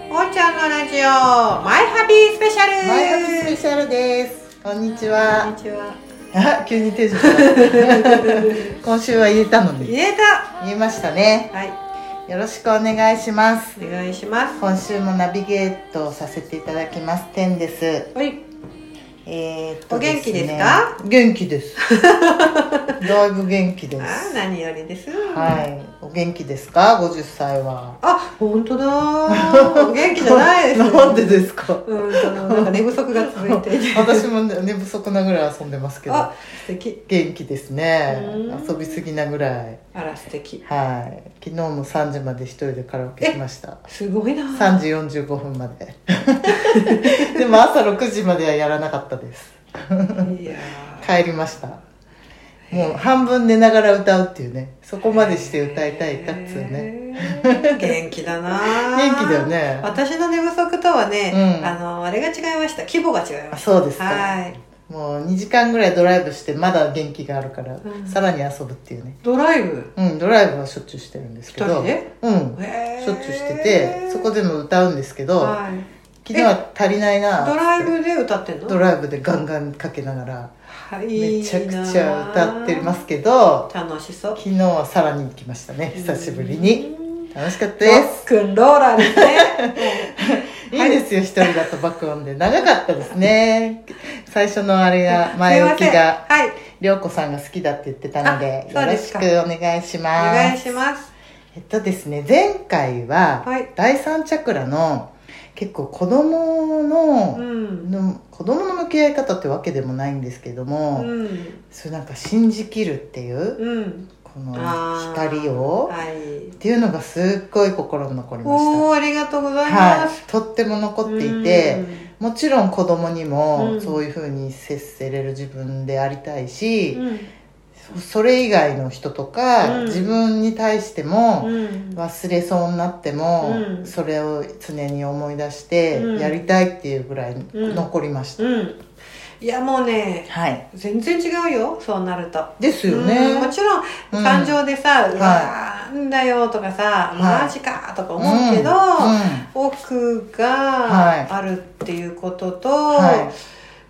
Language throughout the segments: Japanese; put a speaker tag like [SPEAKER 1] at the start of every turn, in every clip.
[SPEAKER 1] ラジオマイハビースペシャル
[SPEAKER 2] マイハッピースペシャルです。こんに
[SPEAKER 1] こ
[SPEAKER 2] ち
[SPEAKER 1] んに
[SPEAKER 2] は。
[SPEAKER 1] ちは
[SPEAKER 2] あ、急に 手順。今週は言えたのに。
[SPEAKER 1] 言えた
[SPEAKER 2] 言いましたね。
[SPEAKER 1] はい
[SPEAKER 2] よろしくお願いします。
[SPEAKER 1] お願いします
[SPEAKER 2] 今週もナビゲートをさせていただきます。テンです。
[SPEAKER 1] はい
[SPEAKER 2] えー、っと、
[SPEAKER 1] お元気ですか
[SPEAKER 2] ね元気です。 だいぶ元気で
[SPEAKER 1] あー
[SPEAKER 2] す。
[SPEAKER 1] 何よりです
[SPEAKER 2] はい。お元気ですか ?50 歳は。
[SPEAKER 1] あ本当だー元気じゃないです
[SPEAKER 2] なんでですか
[SPEAKER 1] うんとなんか寝不足が続いていて
[SPEAKER 2] 私もね寝不足なぐらい遊んでますけど
[SPEAKER 1] あ。素敵
[SPEAKER 2] 元気ですね
[SPEAKER 1] うん
[SPEAKER 2] 遊びすぎなぐらい
[SPEAKER 1] あら素敵
[SPEAKER 2] はい昨日も3時まで一人でカラオケしました
[SPEAKER 1] すごいなー
[SPEAKER 2] 3時45分まで でも朝6時まではやらなかったです
[SPEAKER 1] いやー
[SPEAKER 2] 帰りましたもう半分寝ながら歌うっていうねそこまでして歌いたい歌っつうね
[SPEAKER 1] へー元気だなー
[SPEAKER 2] 元気だよね
[SPEAKER 1] 私の寝不足とはね、
[SPEAKER 2] うん
[SPEAKER 1] あのあれが違いました規模が違いま
[SPEAKER 2] あ
[SPEAKER 1] し
[SPEAKER 2] そうです
[SPEAKER 1] た
[SPEAKER 2] か
[SPEAKER 1] はい
[SPEAKER 2] もう2時間ぐらいドライブしてまだ元気があるから、
[SPEAKER 1] うん
[SPEAKER 2] さらに遊ぶっていうね
[SPEAKER 1] ドライブ
[SPEAKER 2] うんドライブはしょっちゅうしてるんですけ
[SPEAKER 1] 一
[SPEAKER 2] ど
[SPEAKER 1] 人で
[SPEAKER 2] うん
[SPEAKER 1] へー
[SPEAKER 2] しょっちゅうしててそこでも歌うんですけど、
[SPEAKER 1] はい
[SPEAKER 2] 昨日は足りないな
[SPEAKER 1] ドライブで歌ってんの
[SPEAKER 2] ドライブでガンガンかけながら
[SPEAKER 1] はい
[SPEAKER 2] めちゃくちゃ歌ってますけど
[SPEAKER 1] 楽しそう
[SPEAKER 2] 昨日はさらに行きましたね久しぶりに
[SPEAKER 1] うん
[SPEAKER 2] 楽しかった
[SPEAKER 1] ロ
[SPEAKER 2] で
[SPEAKER 1] ックンローラーですね
[SPEAKER 2] すいいですよ一人だと爆音で長かったですね 最初のあれが 前置
[SPEAKER 1] す
[SPEAKER 2] き
[SPEAKER 1] いません
[SPEAKER 2] が
[SPEAKER 1] はい
[SPEAKER 2] 涼子さんが好きだって言ってたので
[SPEAKER 1] あ
[SPEAKER 2] よ
[SPEAKER 1] そう
[SPEAKER 2] ろ
[SPEAKER 1] で
[SPEAKER 2] し
[SPEAKER 1] す
[SPEAKER 2] く
[SPEAKER 1] か
[SPEAKER 2] お願いし
[SPEAKER 1] お
[SPEAKER 2] ま
[SPEAKER 1] 願い
[SPEAKER 2] す
[SPEAKER 1] します
[SPEAKER 2] えっとですね前回は
[SPEAKER 1] はい
[SPEAKER 2] 第三チャクラの結構子供の
[SPEAKER 1] うん
[SPEAKER 2] の子供の向き合い方ってわけでもないんですけども、
[SPEAKER 1] うん
[SPEAKER 2] そうなんか信じきるっていう
[SPEAKER 1] うん
[SPEAKER 2] この
[SPEAKER 1] あー
[SPEAKER 2] 光を
[SPEAKER 1] はい
[SPEAKER 2] っていうのがすっごい心に残りまし
[SPEAKER 1] おーありがとうござ
[SPEAKER 2] た
[SPEAKER 1] いま
[SPEAKER 2] は
[SPEAKER 1] す
[SPEAKER 2] いとっても残っていてもちろん子供に
[SPEAKER 1] う
[SPEAKER 2] も
[SPEAKER 1] ん
[SPEAKER 2] そういうふうに接せれる自分でありたいうし、
[SPEAKER 1] ん
[SPEAKER 2] それ以外の人とか、
[SPEAKER 1] うん
[SPEAKER 2] 自分に対しても、
[SPEAKER 1] うん
[SPEAKER 2] 忘れそうになっても、
[SPEAKER 1] うん
[SPEAKER 2] それを常に思い出して、
[SPEAKER 1] うん
[SPEAKER 2] やりたいっていうぐらい
[SPEAKER 1] うん
[SPEAKER 2] 残りました、
[SPEAKER 1] うんいやもうね
[SPEAKER 2] はい
[SPEAKER 1] 全然違うよそうなると
[SPEAKER 2] ですよね、
[SPEAKER 1] うんもちろん
[SPEAKER 2] うん
[SPEAKER 1] 感情でさ「う
[SPEAKER 2] は
[SPEAKER 1] わーなんだよ」とかさ「
[SPEAKER 2] はい
[SPEAKER 1] マジか」とか思うけど、
[SPEAKER 2] うん
[SPEAKER 1] 奥
[SPEAKER 2] はい
[SPEAKER 1] があるっていうことと、
[SPEAKER 2] は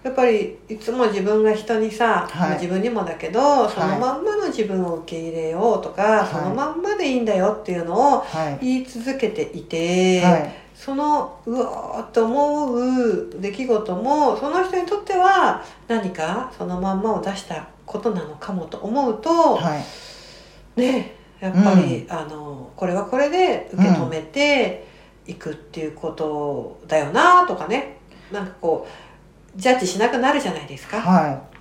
[SPEAKER 1] やっぱりいつも自分が人にさ、
[SPEAKER 2] はい
[SPEAKER 1] まあ自分にもだけど、そのまんまの自分を受け入れようとか、
[SPEAKER 2] い
[SPEAKER 1] そのまんまでいいんだよっていうのを
[SPEAKER 2] はい
[SPEAKER 1] 言い続けていて、
[SPEAKER 2] はい
[SPEAKER 1] そのうわーっと思う出来事もその人にとっては何かそのまんまを出したことなのかもと思うと、
[SPEAKER 2] はい
[SPEAKER 1] ねやっぱり、あのこれはこれで受け止めていくっていうことだよなとかねなんかこうジャッジしなくなるじゃないですか。
[SPEAKER 2] はい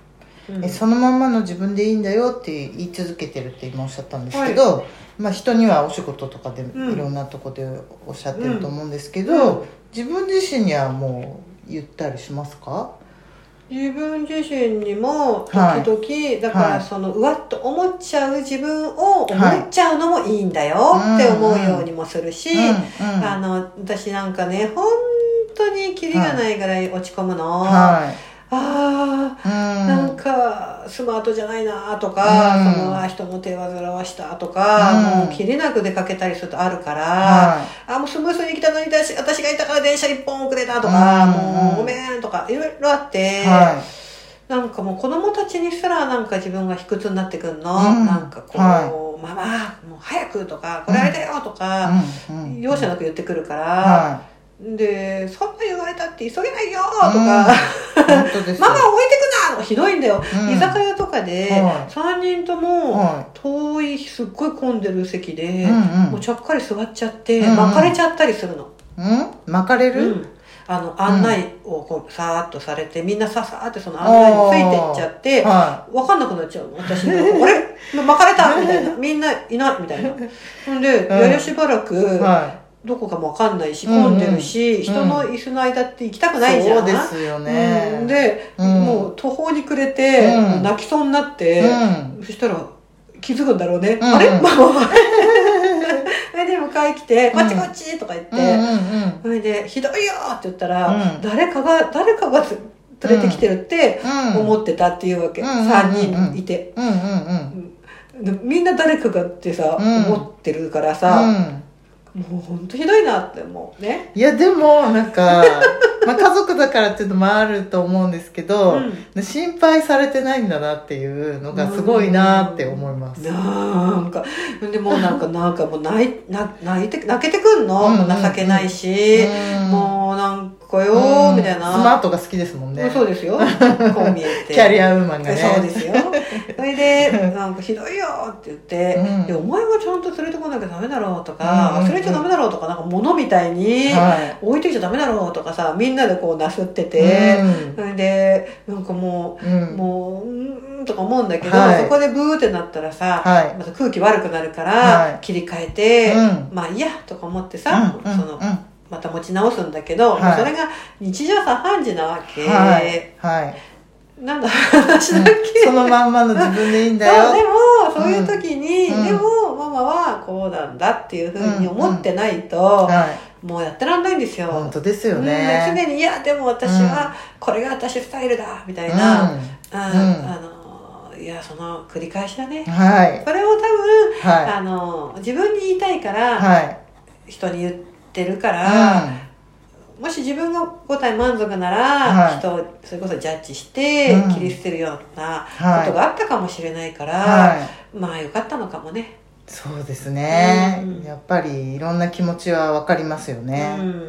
[SPEAKER 1] うん
[SPEAKER 2] えそのまんまの自分でいいんだよって言い続けてるって今おっしゃったんですけど、まあ、人にはお仕事とかで
[SPEAKER 1] うん
[SPEAKER 2] いろんなとこでおっしゃって
[SPEAKER 1] う
[SPEAKER 2] る
[SPEAKER 1] ん
[SPEAKER 2] と思うんですけど、自分自身にはもう言ったりしますか
[SPEAKER 1] 自分自身にも時々、
[SPEAKER 2] はい
[SPEAKER 1] だか
[SPEAKER 2] はい
[SPEAKER 1] らそのうわっと思っちゃう自分を思っちゃうのもいいんだよって思うようにもするし、
[SPEAKER 2] うんうん
[SPEAKER 1] あの私なんかね本当にキリがないぐらい落ち込むの、
[SPEAKER 2] は
[SPEAKER 1] ああ
[SPEAKER 2] い、うん、
[SPEAKER 1] なんかスマートじゃないなとか、
[SPEAKER 2] うん
[SPEAKER 1] そのあ人の手煩わしたとか、
[SPEAKER 2] うん
[SPEAKER 1] もう切れなく出かけたりするとあるから、
[SPEAKER 2] は
[SPEAKER 1] あもうスムースに来たのに私私がいたから電車一本遅れたとか、
[SPEAKER 2] うん
[SPEAKER 1] もうごめんとかいろいろあって、
[SPEAKER 2] い、は
[SPEAKER 1] なんかもう子供たちにすらなんか自分が卑屈になってくんの、
[SPEAKER 2] うん
[SPEAKER 1] なんかこう、
[SPEAKER 2] はい
[SPEAKER 1] ママもう早くとかこれあれだよとか、
[SPEAKER 2] い、うんうん
[SPEAKER 1] 容赦なく言ってくるから、
[SPEAKER 2] は
[SPEAKER 1] でそんな言われたって急げないよと
[SPEAKER 2] い、
[SPEAKER 1] か。
[SPEAKER 2] うん本当です
[SPEAKER 1] マ
[SPEAKER 2] よ
[SPEAKER 1] マ置いてくなひどいんだよ、
[SPEAKER 2] うん
[SPEAKER 1] 居酒屋とかで
[SPEAKER 2] は
[SPEAKER 1] 3人とも
[SPEAKER 2] は
[SPEAKER 1] 遠いすっごい混んでる席
[SPEAKER 2] い、
[SPEAKER 1] で、
[SPEAKER 2] うん
[SPEAKER 1] もうちゃっかり座っちゃって、
[SPEAKER 2] うんうん
[SPEAKER 1] 巻かれちゃったりするの、
[SPEAKER 2] うんうん巻かれ
[SPEAKER 1] う
[SPEAKER 2] る、
[SPEAKER 1] んあの案内をこうさーっとされてみんなささーってその案内についてっちゃって
[SPEAKER 2] は
[SPEAKER 1] 分かんなくなっちゃうの私の俺巻かれたみたいなみんないないみたい なほんで、
[SPEAKER 2] うん
[SPEAKER 1] やりしばらく、
[SPEAKER 2] い、は
[SPEAKER 1] どこかも分かんないし混んでるし、
[SPEAKER 2] ん
[SPEAKER 1] 人の椅子の間って行きたく
[SPEAKER 2] い、
[SPEAKER 1] ないじゃん
[SPEAKER 2] そうですよね、
[SPEAKER 1] うん、で、
[SPEAKER 2] うん
[SPEAKER 1] もう途方に暮れて、
[SPEAKER 2] うん
[SPEAKER 1] 泣きそうになっ
[SPEAKER 2] う
[SPEAKER 1] て、
[SPEAKER 2] ん
[SPEAKER 1] そしたら気づくんだろうね、
[SPEAKER 2] ん
[SPEAKER 1] あれママ それで迎え来て「
[SPEAKER 2] うん
[SPEAKER 1] こっちこっち」とか言って、
[SPEAKER 2] うんうんうん
[SPEAKER 1] それで「ひどいよ!」って言ったら、
[SPEAKER 2] うん
[SPEAKER 1] 誰かが誰かがつ連れてきてるって
[SPEAKER 2] うん
[SPEAKER 1] 思ってたっていうわけ、
[SPEAKER 2] うん
[SPEAKER 1] 三
[SPEAKER 2] うん
[SPEAKER 1] 3
[SPEAKER 2] うん
[SPEAKER 1] 人いて、
[SPEAKER 2] うんうんうん
[SPEAKER 1] でみんな誰かがってさ、
[SPEAKER 2] うん
[SPEAKER 1] 思ってるから
[SPEAKER 2] う
[SPEAKER 1] さ、
[SPEAKER 2] ん
[SPEAKER 1] もう本当ひどいなってもうね、
[SPEAKER 2] いやでもなんかまあ家族だからっていうのもあると思うんですけど、
[SPEAKER 1] ん、
[SPEAKER 2] 心配されてないんだなっていうのがすごいなって思います、
[SPEAKER 1] なんかでもうなんかなんかもう泣いな泣いて泣けてくんの、
[SPEAKER 2] うんうんうん
[SPEAKER 1] 情けないし、
[SPEAKER 2] うん
[SPEAKER 1] もうなんかよ
[SPEAKER 2] う
[SPEAKER 1] ー
[SPEAKER 2] ん
[SPEAKER 1] みたいな、
[SPEAKER 2] スマートが好きですもんね
[SPEAKER 1] そうです よこう見えて
[SPEAKER 2] キャリアウーマンがね
[SPEAKER 1] そうですよそれ で「なんかひどいよ」って言って
[SPEAKER 2] うん
[SPEAKER 1] いや「お前がちゃんと連れてこなきゃダメだろ」うとか
[SPEAKER 2] うんうんう
[SPEAKER 1] 「
[SPEAKER 2] ん
[SPEAKER 1] 忘れちゃダメだろ」うとかなんか物みたいに
[SPEAKER 2] は
[SPEAKER 1] 置いてきちゃダメだろうとかさみんなでこうなすって
[SPEAKER 2] い、
[SPEAKER 1] て、それでなんかも
[SPEAKER 2] うん
[SPEAKER 1] う、
[SPEAKER 2] うん
[SPEAKER 1] もううーんとか思うんだけど、
[SPEAKER 2] はい
[SPEAKER 1] そこでブーってなったらさ、
[SPEAKER 2] はい
[SPEAKER 1] また空気悪くなるから、
[SPEAKER 2] はい
[SPEAKER 1] 切り替えて、
[SPEAKER 2] うん
[SPEAKER 1] まあいいやとか思ってさ、
[SPEAKER 2] うんうん
[SPEAKER 1] そ
[SPEAKER 2] うん
[SPEAKER 1] のまた持ち直すんだけど、
[SPEAKER 2] はい
[SPEAKER 1] まあそれが日常茶飯事なわけ、
[SPEAKER 2] はい、はい、
[SPEAKER 1] なんだ話だっけ、
[SPEAKER 2] そのまんまの自分でいいんだよ
[SPEAKER 1] そうでもそういう時に、
[SPEAKER 2] うん
[SPEAKER 1] でもママはこうなんだっていうふうに思ってないと、
[SPEAKER 2] はい、
[SPEAKER 1] もうやってらんないんですよ、
[SPEAKER 2] 本当ですよ
[SPEAKER 1] うん
[SPEAKER 2] ね、
[SPEAKER 1] 常に「いやでも私はこれが私スタイルだ」みたいな、うん
[SPEAKER 2] う
[SPEAKER 1] あのいやその繰り返しだね、
[SPEAKER 2] ん、はい
[SPEAKER 1] それを多分、
[SPEAKER 2] は
[SPEAKER 1] あの自分に言いたいから、
[SPEAKER 2] いはい
[SPEAKER 1] 人に言ってるか
[SPEAKER 2] うん
[SPEAKER 1] ら、もし自分が答え満足なら、
[SPEAKER 2] はい
[SPEAKER 1] 人をそれこそジャッジして、
[SPEAKER 2] うん
[SPEAKER 1] 切り捨てるようなこと
[SPEAKER 2] は
[SPEAKER 1] があったかもしれないから、
[SPEAKER 2] いはい
[SPEAKER 1] まあよかったのかもね。
[SPEAKER 2] そうですね、
[SPEAKER 1] うん
[SPEAKER 2] やっぱりいろんな気持ちは分かりますよね、
[SPEAKER 1] う
[SPEAKER 2] い
[SPEAKER 1] ん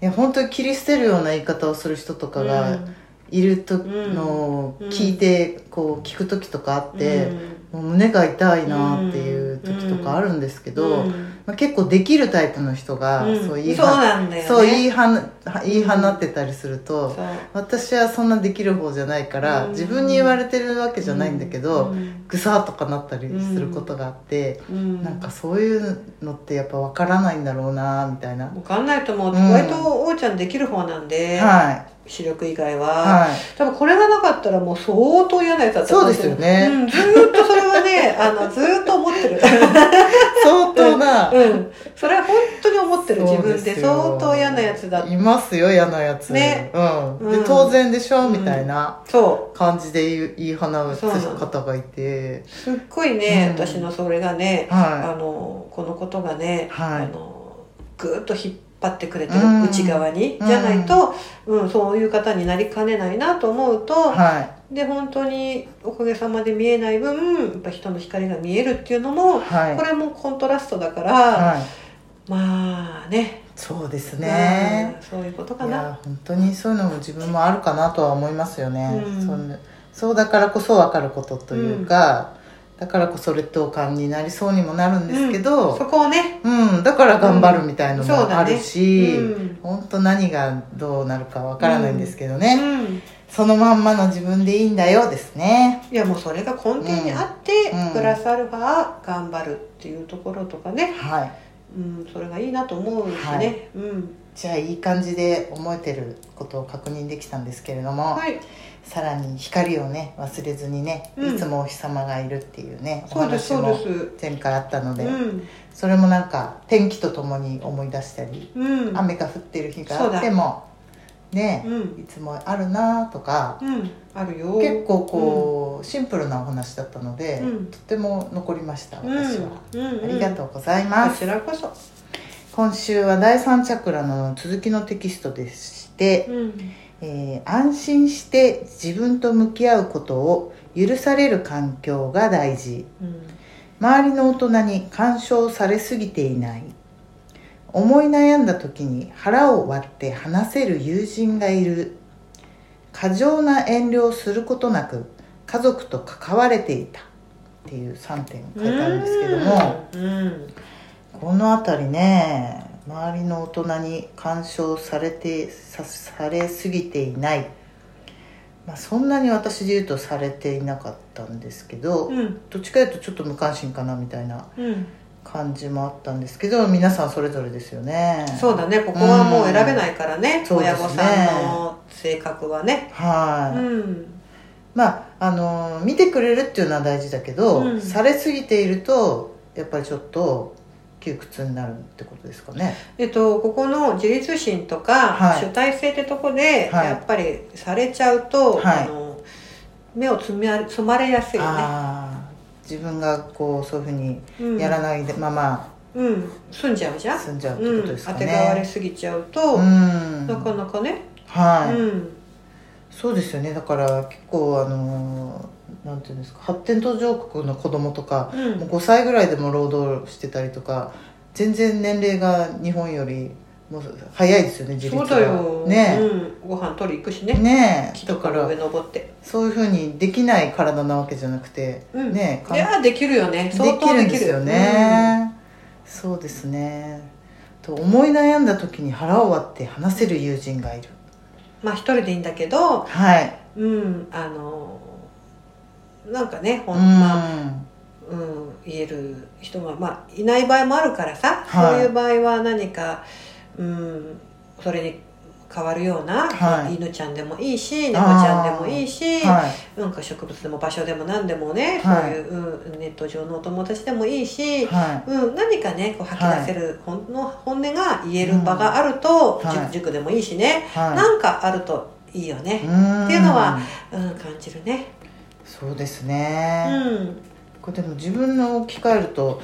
[SPEAKER 2] や本当に切り捨てるような言い方をする人とか
[SPEAKER 1] う
[SPEAKER 2] が
[SPEAKER 1] ん
[SPEAKER 2] いるとのを聞いて、こう聞く時とかあって、もう胸が痛いなっていう時とかあるんですけ
[SPEAKER 1] う
[SPEAKER 2] ど、
[SPEAKER 1] ん
[SPEAKER 2] まあ、結構できるタイプの人が、
[SPEAKER 1] うん
[SPEAKER 2] そう
[SPEAKER 1] そ
[SPEAKER 2] いういは
[SPEAKER 1] なんだよね。
[SPEAKER 2] そう言いは言い放ってたりすると、
[SPEAKER 1] そう
[SPEAKER 2] 私はそんなできる方じゃないから、
[SPEAKER 1] うん
[SPEAKER 2] 自分に言われてるわけじゃないんだけど、
[SPEAKER 1] うん
[SPEAKER 2] ぐさっとかなったりすることがあって、
[SPEAKER 1] うん
[SPEAKER 2] なんかそういうのってやっぱ分からないんだろうなみたいな、
[SPEAKER 1] わかんないと思う、
[SPEAKER 2] うん
[SPEAKER 1] 割とおうちゃんできる方なんで、
[SPEAKER 2] はい
[SPEAKER 1] 視力以外は、
[SPEAKER 2] はい
[SPEAKER 1] 多分これがなかったらもう相当嫌なやつだったと思
[SPEAKER 2] そうですよね
[SPEAKER 1] うん、ずーっとそれはね あのずーっと思ってる
[SPEAKER 2] 相当な、
[SPEAKER 1] うんそれは本当に思ってる
[SPEAKER 2] そ
[SPEAKER 1] 自
[SPEAKER 2] う
[SPEAKER 1] 分
[SPEAKER 2] すよ
[SPEAKER 1] で相当嫌なやつだ
[SPEAKER 2] いますよ嫌なやつ
[SPEAKER 1] ね
[SPEAKER 2] うん、で
[SPEAKER 1] うん
[SPEAKER 2] 当然でしょ、みたいな
[SPEAKER 1] そ
[SPEAKER 2] 感じで言い言い放つ
[SPEAKER 1] そうなの
[SPEAKER 2] 方がいて
[SPEAKER 1] うすっごいね、
[SPEAKER 2] うん
[SPEAKER 1] 私のそれがね、あ
[SPEAKER 2] は
[SPEAKER 1] のこのことがね
[SPEAKER 2] い、は
[SPEAKER 1] あ
[SPEAKER 2] い
[SPEAKER 1] のぐーっと引っ張ってくれてる、
[SPEAKER 2] うん
[SPEAKER 1] 内側に、じゃないと、うん、そういう方になりかねないなと思うと、
[SPEAKER 2] は
[SPEAKER 1] で本当におかげさまで見えない分やっぱ人の光が見えるっていうのも
[SPEAKER 2] いはい
[SPEAKER 1] これもコントラストだから、
[SPEAKER 2] はい
[SPEAKER 1] まあね
[SPEAKER 2] そうですね、
[SPEAKER 1] うんそういうことか
[SPEAKER 2] い
[SPEAKER 1] な
[SPEAKER 2] や本当にそういうのも自分もあるかなとは思いますよね、
[SPEAKER 1] うん
[SPEAKER 2] そんなそうだからこそ分かることというか、だからこそ劣等感になりそうにもなるんですけ
[SPEAKER 1] そ
[SPEAKER 2] ど、
[SPEAKER 1] こをね、
[SPEAKER 2] うんだから頑張るみたいの
[SPEAKER 1] うんそう
[SPEAKER 2] も
[SPEAKER 1] だ
[SPEAKER 2] あ
[SPEAKER 1] ね
[SPEAKER 2] るし、
[SPEAKER 1] うん
[SPEAKER 2] 本当何がどうなるか分からないんですけどね、
[SPEAKER 1] うん、
[SPEAKER 2] そのまんまの自分でいいんだよですね
[SPEAKER 1] いやもうそれが根底にあって、
[SPEAKER 2] うん
[SPEAKER 1] プラスアルファ頑張るっていうところとかね、
[SPEAKER 2] はい
[SPEAKER 1] うん、それがいいなと思うしね、
[SPEAKER 2] はい
[SPEAKER 1] うん
[SPEAKER 2] じゃあいい感じで思えてることを確認できたんですけれども、
[SPEAKER 1] はい
[SPEAKER 2] さらに光をね忘れずにね、
[SPEAKER 1] うん
[SPEAKER 2] いつもお日様がいるっていうねお
[SPEAKER 1] そうですそ
[SPEAKER 2] 話
[SPEAKER 1] う
[SPEAKER 2] も
[SPEAKER 1] です
[SPEAKER 2] 前回あったので、
[SPEAKER 1] うん
[SPEAKER 2] それもなんか天気とともに思い出したり、
[SPEAKER 1] うん
[SPEAKER 2] 雨が降ってる日が
[SPEAKER 1] そ
[SPEAKER 2] あ
[SPEAKER 1] うだ
[SPEAKER 2] ってもね
[SPEAKER 1] う、ん
[SPEAKER 2] いつもあるなとか、
[SPEAKER 1] うんあるよ
[SPEAKER 2] 結構こう、シンプルなお話だったので、
[SPEAKER 1] うん
[SPEAKER 2] とても残りました私は、
[SPEAKER 1] うんうんうん、
[SPEAKER 2] ありがと
[SPEAKER 1] う
[SPEAKER 2] うございま
[SPEAKER 1] こ
[SPEAKER 2] す、
[SPEAKER 1] ちらこそ、
[SPEAKER 2] 今週は第三チャクラの続きのテキストでして、
[SPEAKER 1] うん
[SPEAKER 2] えー安心して自分と向き合うことを許される環境が大事
[SPEAKER 1] うん
[SPEAKER 2] 周りの大人に干渉されすぎていない思い悩んだ時に腹を割って話せる友人がいる過剰な遠慮をすることなく家族と関われていたっていう3点書いてあるんですけども
[SPEAKER 1] うん
[SPEAKER 2] この辺りね周りの大人に干渉されてさされすぎていない、まあ、そんなに私で言うとされていなかったんですけど、
[SPEAKER 1] うん
[SPEAKER 2] どっちかというとちょっと無関心かなみたいな
[SPEAKER 1] うん
[SPEAKER 2] 感じもあったんですけど皆さんそれぞれですよね
[SPEAKER 1] そうだねここはもう選べないからね、
[SPEAKER 2] うん
[SPEAKER 1] 親御
[SPEAKER 2] そうです
[SPEAKER 1] さん
[SPEAKER 2] ね
[SPEAKER 1] の性格はねう
[SPEAKER 2] はい、
[SPEAKER 1] ん
[SPEAKER 2] まああのー見てくれるっていうのは大事だけど、
[SPEAKER 1] うん
[SPEAKER 2] されすぎているとやっぱりちょっと窮屈になるってことですかね
[SPEAKER 1] えっと、ここの自立心とか、
[SPEAKER 2] はい
[SPEAKER 1] 主体性ってとこで、
[SPEAKER 2] はい
[SPEAKER 1] やっぱりされちゃうと、
[SPEAKER 2] はい
[SPEAKER 1] あの目をつみあ染まれやすいよね、
[SPEAKER 2] ああ自分がこうそういうふうに
[SPEAKER 1] うん
[SPEAKER 2] やらないでまま、
[SPEAKER 1] うん済んじゃうじゃん
[SPEAKER 2] 済んじゃうって
[SPEAKER 1] う
[SPEAKER 2] こと
[SPEAKER 1] ん
[SPEAKER 2] です
[SPEAKER 1] 当
[SPEAKER 2] か
[SPEAKER 1] てがわれ
[SPEAKER 2] ね。
[SPEAKER 1] すぎちゃうと、
[SPEAKER 2] うん
[SPEAKER 1] なかなかね、
[SPEAKER 2] はい、
[SPEAKER 1] うん
[SPEAKER 2] そうですよねだから結構あのーなんていうんですか発展途上国の子供とか、
[SPEAKER 1] うん
[SPEAKER 2] もう5歳ぐらいでも労働してたりとか全然年齢が日本よりもう早いですよね自立
[SPEAKER 1] そ
[SPEAKER 2] が
[SPEAKER 1] うだよ、
[SPEAKER 2] ね
[SPEAKER 1] うん、ご飯取り行くしね
[SPEAKER 2] え、ねえ
[SPEAKER 1] 木
[SPEAKER 2] だ
[SPEAKER 1] と
[SPEAKER 2] か
[SPEAKER 1] かの
[SPEAKER 2] ら
[SPEAKER 1] 上登って、
[SPEAKER 2] そういうふうにできない体なわけじゃなくて、
[SPEAKER 1] うん
[SPEAKER 2] ねえ
[SPEAKER 1] いやーできるよね
[SPEAKER 2] で
[SPEAKER 1] 相
[SPEAKER 2] き
[SPEAKER 1] 当
[SPEAKER 2] る
[SPEAKER 1] で
[SPEAKER 2] ん
[SPEAKER 1] きる
[SPEAKER 2] ですよね、そうですねと思い悩んだ時に腹を割って話せる友人がいる
[SPEAKER 1] うんまあ一人でいいんだけど
[SPEAKER 2] はい
[SPEAKER 1] うんあのなんかねほん
[SPEAKER 2] うん
[SPEAKER 1] まあうん、言える人も、まあ、いない場合もあるからさ、
[SPEAKER 2] は
[SPEAKER 1] そ
[SPEAKER 2] い
[SPEAKER 1] ういう場合は何か、うん、それに変わるような、
[SPEAKER 2] はい
[SPEAKER 1] 犬ちゃんでもいいし猫ちゃんでもいいし、
[SPEAKER 2] はい
[SPEAKER 1] なんか植物でも場所でも何でもね、
[SPEAKER 2] はい
[SPEAKER 1] そういう、うん、ネット上のお友達でもいいし、
[SPEAKER 2] は
[SPEAKER 1] うん、何かねこう吐き出せる、ほんの本音が言える場があると、
[SPEAKER 2] うんはい
[SPEAKER 1] 塾塾でもいいしね、
[SPEAKER 2] いはい
[SPEAKER 1] なんかあるといいよね、
[SPEAKER 2] って
[SPEAKER 1] いうのはうん、感じるね。
[SPEAKER 2] そうです
[SPEAKER 1] う
[SPEAKER 2] ね、
[SPEAKER 1] ん
[SPEAKER 2] これでも自分の置き換えると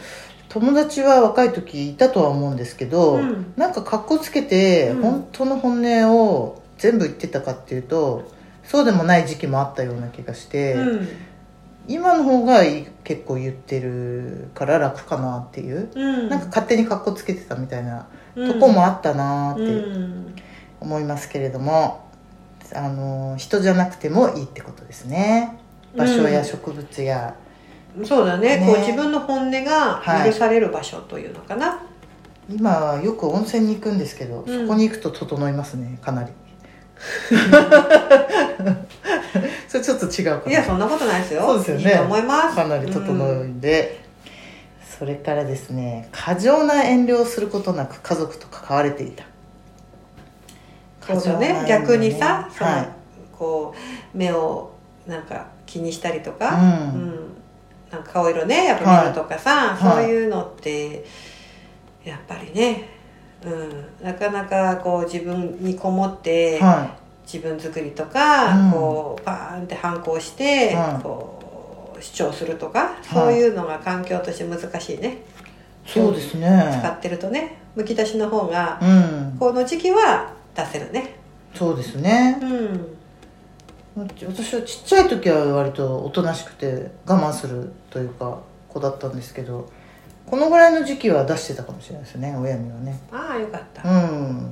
[SPEAKER 2] 友達は若い時いたとは思うんですけど、
[SPEAKER 1] うん
[SPEAKER 2] なんか格好つけて
[SPEAKER 1] うん
[SPEAKER 2] 本当の本音を全部言ってたかっていうとそうでもない時期もあったような気がして、
[SPEAKER 1] うん
[SPEAKER 2] 今の方がい結構言ってるから楽かなっていう、
[SPEAKER 1] うん、
[SPEAKER 2] なんか勝手に格好つけてたみたいな
[SPEAKER 1] うん
[SPEAKER 2] とこもあったな
[SPEAKER 1] う
[SPEAKER 2] ーって
[SPEAKER 1] ん、
[SPEAKER 2] 思いますけれども、あの人じゃなくてもいいってことですね場所や植物や、
[SPEAKER 1] そうだね
[SPEAKER 2] ね
[SPEAKER 1] こう自分の本音が許される場所というのかな、
[SPEAKER 2] 今よく温泉に行くんですけど、
[SPEAKER 1] うん
[SPEAKER 2] そこに行くと整いますね かなりそれちょっと違うか
[SPEAKER 1] い、
[SPEAKER 2] な
[SPEAKER 1] やそんなことないですよ
[SPEAKER 2] そうですよね
[SPEAKER 1] いいと思います
[SPEAKER 2] かなり整う
[SPEAKER 1] うん
[SPEAKER 2] んで、それからですね過剰な遠慮をすることなく家族と関われていた
[SPEAKER 1] そうだね
[SPEAKER 2] 過剰な遠慮
[SPEAKER 1] 逆にさ、その
[SPEAKER 2] は
[SPEAKER 1] こう目をなんか気にしたりと
[SPEAKER 2] い、
[SPEAKER 1] か、
[SPEAKER 2] う
[SPEAKER 1] うん
[SPEAKER 2] ん
[SPEAKER 1] なんか顔色ねやっぱ見るとかさ、
[SPEAKER 2] はい
[SPEAKER 1] そういうのってやっぱりね、うん、なかなかこう自分にこもって、
[SPEAKER 2] は
[SPEAKER 1] 自分作りとか、
[SPEAKER 2] うん
[SPEAKER 1] こうバーンって反抗して、
[SPEAKER 2] はい
[SPEAKER 1] こう主張するとか、そういうのが環境として難しいね
[SPEAKER 2] い、そうです
[SPEAKER 1] 使
[SPEAKER 2] ね
[SPEAKER 1] ってるとねむき出しの方が、
[SPEAKER 2] うん
[SPEAKER 1] この時期は出せるね
[SPEAKER 2] そうですね
[SPEAKER 1] うん
[SPEAKER 2] 私はちっちゃい時は割とおとなしくて我慢するというか子だったんですけどこのぐらいの時期は出してたかもしれないですね親にはね
[SPEAKER 1] ああよかった、
[SPEAKER 2] うん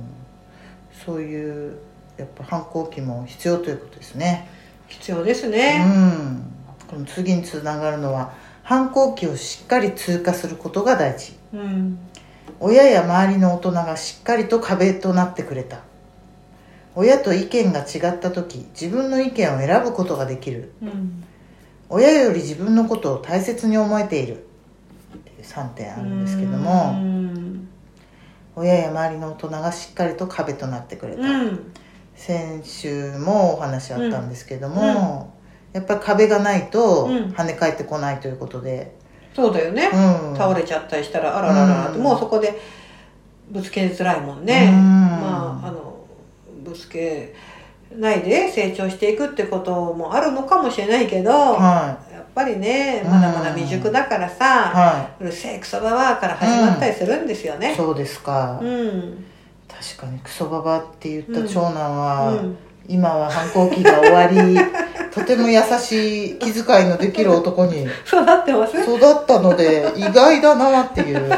[SPEAKER 2] そういうやっぱ反抗期も必要ということですね
[SPEAKER 1] 必要です
[SPEAKER 2] う
[SPEAKER 1] ね、
[SPEAKER 2] んこの次につながるのは反抗期をしっかり通過することが大事
[SPEAKER 1] うん、
[SPEAKER 2] 親や周りの大人がしっかりと壁となってくれた親と意見が違った時自分の意見を選ぶことができる
[SPEAKER 1] うん
[SPEAKER 2] 親より自分のことを大切に思えているっていう3点あるんですけど
[SPEAKER 1] う
[SPEAKER 2] も
[SPEAKER 1] ん、
[SPEAKER 2] 親や周りの大人がしっかりと壁となってくれた、
[SPEAKER 1] うん
[SPEAKER 2] 先週もお話あったんですけども、やっぱり壁がないと
[SPEAKER 1] うん
[SPEAKER 2] 跳ね返ってこないということで、
[SPEAKER 1] そうだよね
[SPEAKER 2] う、ん
[SPEAKER 1] 倒れちゃったりしたらあららららって、
[SPEAKER 2] うん
[SPEAKER 1] もうそこでぶつけづらいもんね、
[SPEAKER 2] うん
[SPEAKER 1] まああのぶつけないで成長していくってこともあるのかもしれないけど、
[SPEAKER 2] は
[SPEAKER 1] やっぱりね
[SPEAKER 2] うん
[SPEAKER 1] まだまだ未熟だから
[SPEAKER 2] い
[SPEAKER 1] さ、
[SPEAKER 2] は
[SPEAKER 1] うるせえクソババアから始まったりするんですよ
[SPEAKER 2] い、
[SPEAKER 1] ね。
[SPEAKER 2] そうですか、
[SPEAKER 1] うん
[SPEAKER 2] 確かにクソババって言った長男
[SPEAKER 1] う
[SPEAKER 2] は、
[SPEAKER 1] ん
[SPEAKER 2] 今は反抗期が終 わりとても優しい気遣いのできる男に
[SPEAKER 1] そうなってます
[SPEAKER 2] 育ったので意外だなっていう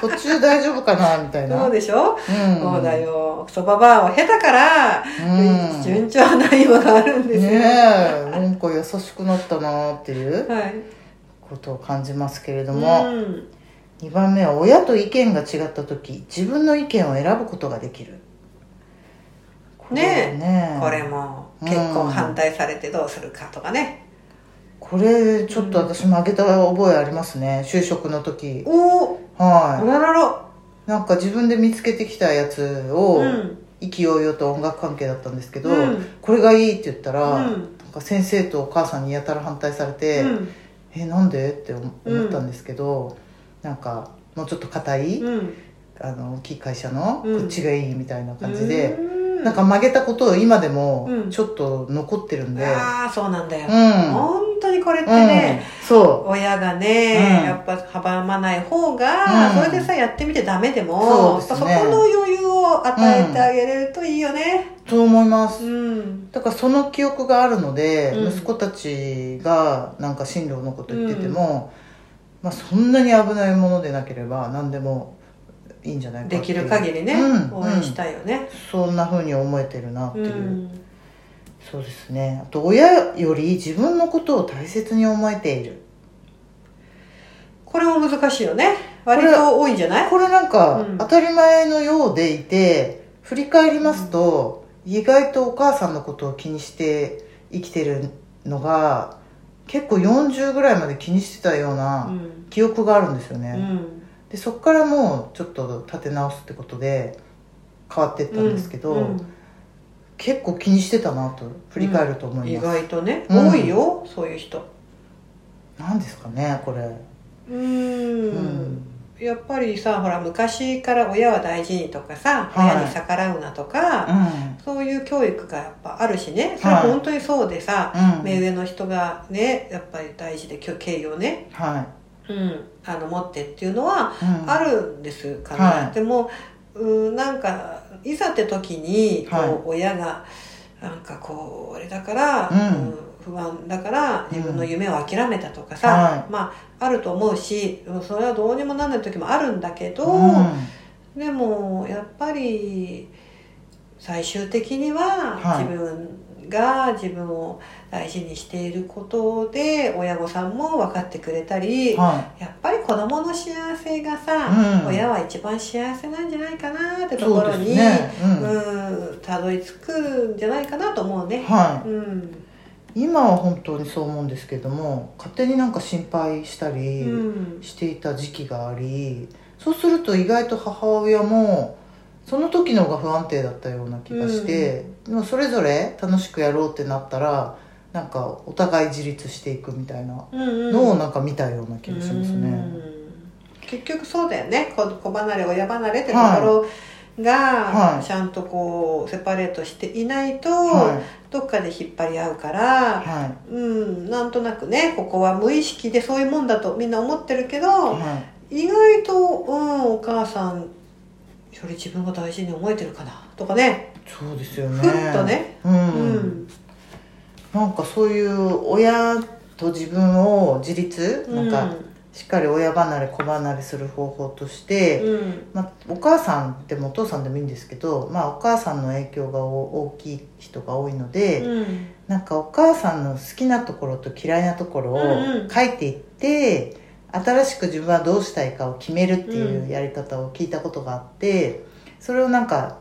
[SPEAKER 2] 途中大丈夫かなみたいな
[SPEAKER 1] そうでしょ、
[SPEAKER 2] うん
[SPEAKER 1] そうだよクソババアは下手から、
[SPEAKER 2] うんね
[SPEAKER 1] 順調な今があるんですよ、
[SPEAKER 2] えなんか優しくなったなっていう
[SPEAKER 1] はい、
[SPEAKER 2] ことを感じますけれども、
[SPEAKER 1] うん、
[SPEAKER 2] 2番目は親と意見が違った時自分の意見を選ぶことができるこれ
[SPEAKER 1] ねえ
[SPEAKER 2] ね
[SPEAKER 1] これも結婚反対されてどうするかとかね、
[SPEAKER 2] これちょっと私負けた覚えありますね就職の時
[SPEAKER 1] おおあ
[SPEAKER 2] は
[SPEAKER 1] ららら
[SPEAKER 2] いなんか自分で見つけてきたやつを、
[SPEAKER 1] うん
[SPEAKER 2] 意気揚々と音楽関係だったんですけど、
[SPEAKER 1] うん
[SPEAKER 2] これがいいって言ったら、
[SPEAKER 1] う
[SPEAKER 2] なん
[SPEAKER 1] ん
[SPEAKER 2] か先生とお母さんにやたら反対されて、
[SPEAKER 1] うん
[SPEAKER 2] えなんでって思
[SPEAKER 1] うん
[SPEAKER 2] 思ったんですけど、なんかもうちょっと硬い、
[SPEAKER 1] うん
[SPEAKER 2] あの大きい会社の
[SPEAKER 1] うん
[SPEAKER 2] こっちがいいみたいな感じで、
[SPEAKER 1] う
[SPEAKER 2] なんか曲げたことを今でも
[SPEAKER 1] うん
[SPEAKER 2] ちょっと残ってるんで、
[SPEAKER 1] ああそうなんだよ、
[SPEAKER 2] うん
[SPEAKER 1] 本当ににこれって
[SPEAKER 2] うん
[SPEAKER 1] ね、、
[SPEAKER 2] そ
[SPEAKER 1] 親がね、
[SPEAKER 2] うん
[SPEAKER 1] やっぱ阻まない方が、
[SPEAKER 2] うん
[SPEAKER 1] それでさやってみてダメで
[SPEAKER 2] そう
[SPEAKER 1] も
[SPEAKER 2] ですね
[SPEAKER 1] やっぱそこの余裕を与えてあげれるといいよね。
[SPEAKER 2] うそう思いま
[SPEAKER 1] う
[SPEAKER 2] す
[SPEAKER 1] ん
[SPEAKER 2] だからその記憶があるので、
[SPEAKER 1] うん
[SPEAKER 2] 息子たちがなんか進路のこと言ってても、まあ、そんなに危ないものでなければ何でもいいんじゃないかってい
[SPEAKER 1] で
[SPEAKER 2] う
[SPEAKER 1] きる限りね、
[SPEAKER 2] うん
[SPEAKER 1] 応援したいよね。
[SPEAKER 2] そんな風に思えてるなって
[SPEAKER 1] う
[SPEAKER 2] いう、
[SPEAKER 1] ん
[SPEAKER 2] そうですねあと親より自分のことを大切に思えている
[SPEAKER 1] これも難しいよね。
[SPEAKER 2] れ
[SPEAKER 1] 割と多いんじゃない
[SPEAKER 2] これなんか
[SPEAKER 1] うん
[SPEAKER 2] 当たり前のようでいて振り返りますと、意外とお母さんのことを気にして生きてるのが結構40ぐらいまで気にしてたよう
[SPEAKER 1] う
[SPEAKER 2] なん記憶があるんですよ
[SPEAKER 1] う
[SPEAKER 2] ね、
[SPEAKER 1] ん
[SPEAKER 2] でそっからもうちょっと立て直すってことで変わってったんですけど、
[SPEAKER 1] うん
[SPEAKER 2] 結構気にしてたなと振り返ると思い
[SPEAKER 1] 意
[SPEAKER 2] ます、
[SPEAKER 1] 外とね、
[SPEAKER 2] うん
[SPEAKER 1] 多いよそういう人。
[SPEAKER 2] なんですかねこれ
[SPEAKER 1] う
[SPEAKER 2] うん
[SPEAKER 1] やっぱりさほら昔から親は大事にとかさ、
[SPEAKER 2] はい
[SPEAKER 1] 親に逆らうなとか、そういう教育がやっぱあるしねそれは
[SPEAKER 2] はい
[SPEAKER 1] 本当にそうでさ、
[SPEAKER 2] うん
[SPEAKER 1] 目上の人がねやっぱり大事できょ敬意をね、
[SPEAKER 2] は
[SPEAKER 1] うん、あの持ってっていうのは
[SPEAKER 2] い、うん
[SPEAKER 1] あるんですかね、
[SPEAKER 2] はい
[SPEAKER 1] でもうんなんかいざって時にこう、
[SPEAKER 2] はい
[SPEAKER 1] 親がなんかこうあれだから、
[SPEAKER 2] うん
[SPEAKER 1] うん不安だから自分の夢を諦めたとか
[SPEAKER 2] は
[SPEAKER 1] さ、まああると思うしうんそれはどうにもなんない時もあるんだけど、
[SPEAKER 2] う
[SPEAKER 1] でもやっぱり最終的に
[SPEAKER 2] は
[SPEAKER 1] はい自分が自分を大事にしていることで親御さんも分かってくれたり
[SPEAKER 2] ん、は
[SPEAKER 1] やっぱり子供の幸せが
[SPEAKER 2] う
[SPEAKER 1] さ、
[SPEAKER 2] ん
[SPEAKER 1] 親は一番幸せなんじゃないかなって
[SPEAKER 2] い、
[SPEAKER 1] ところ
[SPEAKER 2] そう
[SPEAKER 1] に
[SPEAKER 2] ですね、う
[SPEAKER 1] うんんたどり着くんじゃないかなと思うね。
[SPEAKER 2] は
[SPEAKER 1] うん
[SPEAKER 2] い、今は本当にそう思うんですけども勝手になんか心配した
[SPEAKER 1] う
[SPEAKER 2] り
[SPEAKER 1] ん
[SPEAKER 2] していた時期があり、そうすると意外と母親もその時の方が不安定だったような気がして、でもそれぞれ楽しくやろうってなったらなんかお互い自立していくみたいな
[SPEAKER 1] うん
[SPEAKER 2] のをなんか見たような気がしますね、
[SPEAKER 1] うん結局そうだよね子子離れ親離れってところが、
[SPEAKER 2] はい
[SPEAKER 1] ちゃんとこうセパレートしていないと、
[SPEAKER 2] はい
[SPEAKER 1] どっかで引っ張り合うから、
[SPEAKER 2] はい
[SPEAKER 1] うんなんとなくねここは無意識でそういうもんだとみんな思ってるけど、
[SPEAKER 2] はい
[SPEAKER 1] 意外と、うん、お母さんより自分が大事に思えてるかなとかね
[SPEAKER 2] そうですよね
[SPEAKER 1] ふっとね
[SPEAKER 2] うん、
[SPEAKER 1] うん
[SPEAKER 2] なんかそういう親と自分を自立、なんかしっかり親離れ子離れする方法とし
[SPEAKER 1] う
[SPEAKER 2] て、
[SPEAKER 1] ん
[SPEAKER 2] まあ、お母さんでもお父さんでもいいんですけど、まあ、お母さんの影響がお大きい人が多いので、
[SPEAKER 1] うん
[SPEAKER 2] なんかお母さんの好きなところと嫌いなところを
[SPEAKER 1] うんうん
[SPEAKER 2] 書いていって、新しく自分はどうしたいかを決めるっていううやり方を聞いたことがあってそれをなんか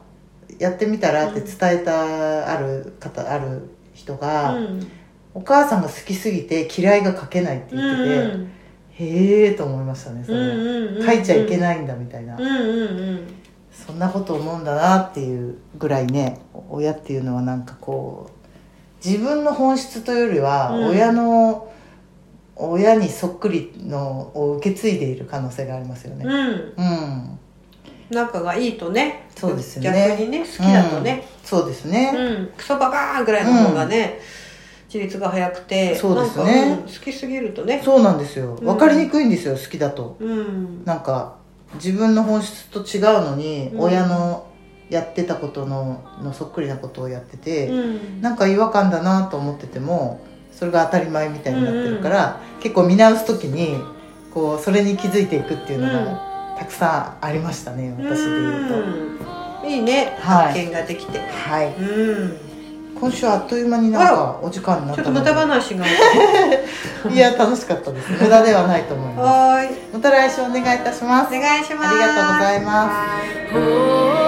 [SPEAKER 2] やってみたらって伝えたある方ある人が、
[SPEAKER 1] うん
[SPEAKER 2] お母さんが好きすぎて嫌いが書けないって言ってて、
[SPEAKER 1] うん
[SPEAKER 2] へえと思いましたねそれ、
[SPEAKER 1] うんうん
[SPEAKER 2] 書いちゃいけ
[SPEAKER 1] い
[SPEAKER 2] ないんだみたいな、
[SPEAKER 1] うんうんうん
[SPEAKER 2] そんなこと思うんだなっていうぐらいね親っていうのはなんかこう自分の本質というよりは
[SPEAKER 1] うん
[SPEAKER 2] 親の、親にそっくりのを受け継いでいる可能性がありますよね
[SPEAKER 1] うん
[SPEAKER 2] うん、
[SPEAKER 1] 仲がいいとね
[SPEAKER 2] そうですよね
[SPEAKER 1] 逆にね好きだとね、
[SPEAKER 2] そうです
[SPEAKER 1] う
[SPEAKER 2] ね、
[SPEAKER 1] んクソババーンぐらいの方がね、自立が早くて
[SPEAKER 2] そうですね
[SPEAKER 1] なんか、うん好きすぎるとね
[SPEAKER 2] そうなんですよ
[SPEAKER 1] うん
[SPEAKER 2] 分かりにくいんですよ好きだと
[SPEAKER 1] うん
[SPEAKER 2] なんか自分の本質と違うのに、
[SPEAKER 1] うん
[SPEAKER 2] 親のやってたことののそっくりなことをやってて、
[SPEAKER 1] うん
[SPEAKER 2] なんか違和感だなと思っててもそれが当たり前みたいになってるから、結構見直す時にこうそれに気づいていくっていうのがたくさんありましたね、私で言うと、
[SPEAKER 1] うんいいね、
[SPEAKER 2] はい
[SPEAKER 1] 発見ができて
[SPEAKER 2] はい
[SPEAKER 1] うん
[SPEAKER 2] 今週あっという間になんかお時間になっ
[SPEAKER 1] ちょ
[SPEAKER 2] た
[SPEAKER 1] っと無駄話が
[SPEAKER 2] いや楽しかったです無駄ではないと思いま
[SPEAKER 1] はーい
[SPEAKER 2] すまた来週お願いいたします
[SPEAKER 1] お願いします
[SPEAKER 2] ありがとうございます
[SPEAKER 1] は
[SPEAKER 3] 「
[SPEAKER 1] い
[SPEAKER 3] ほう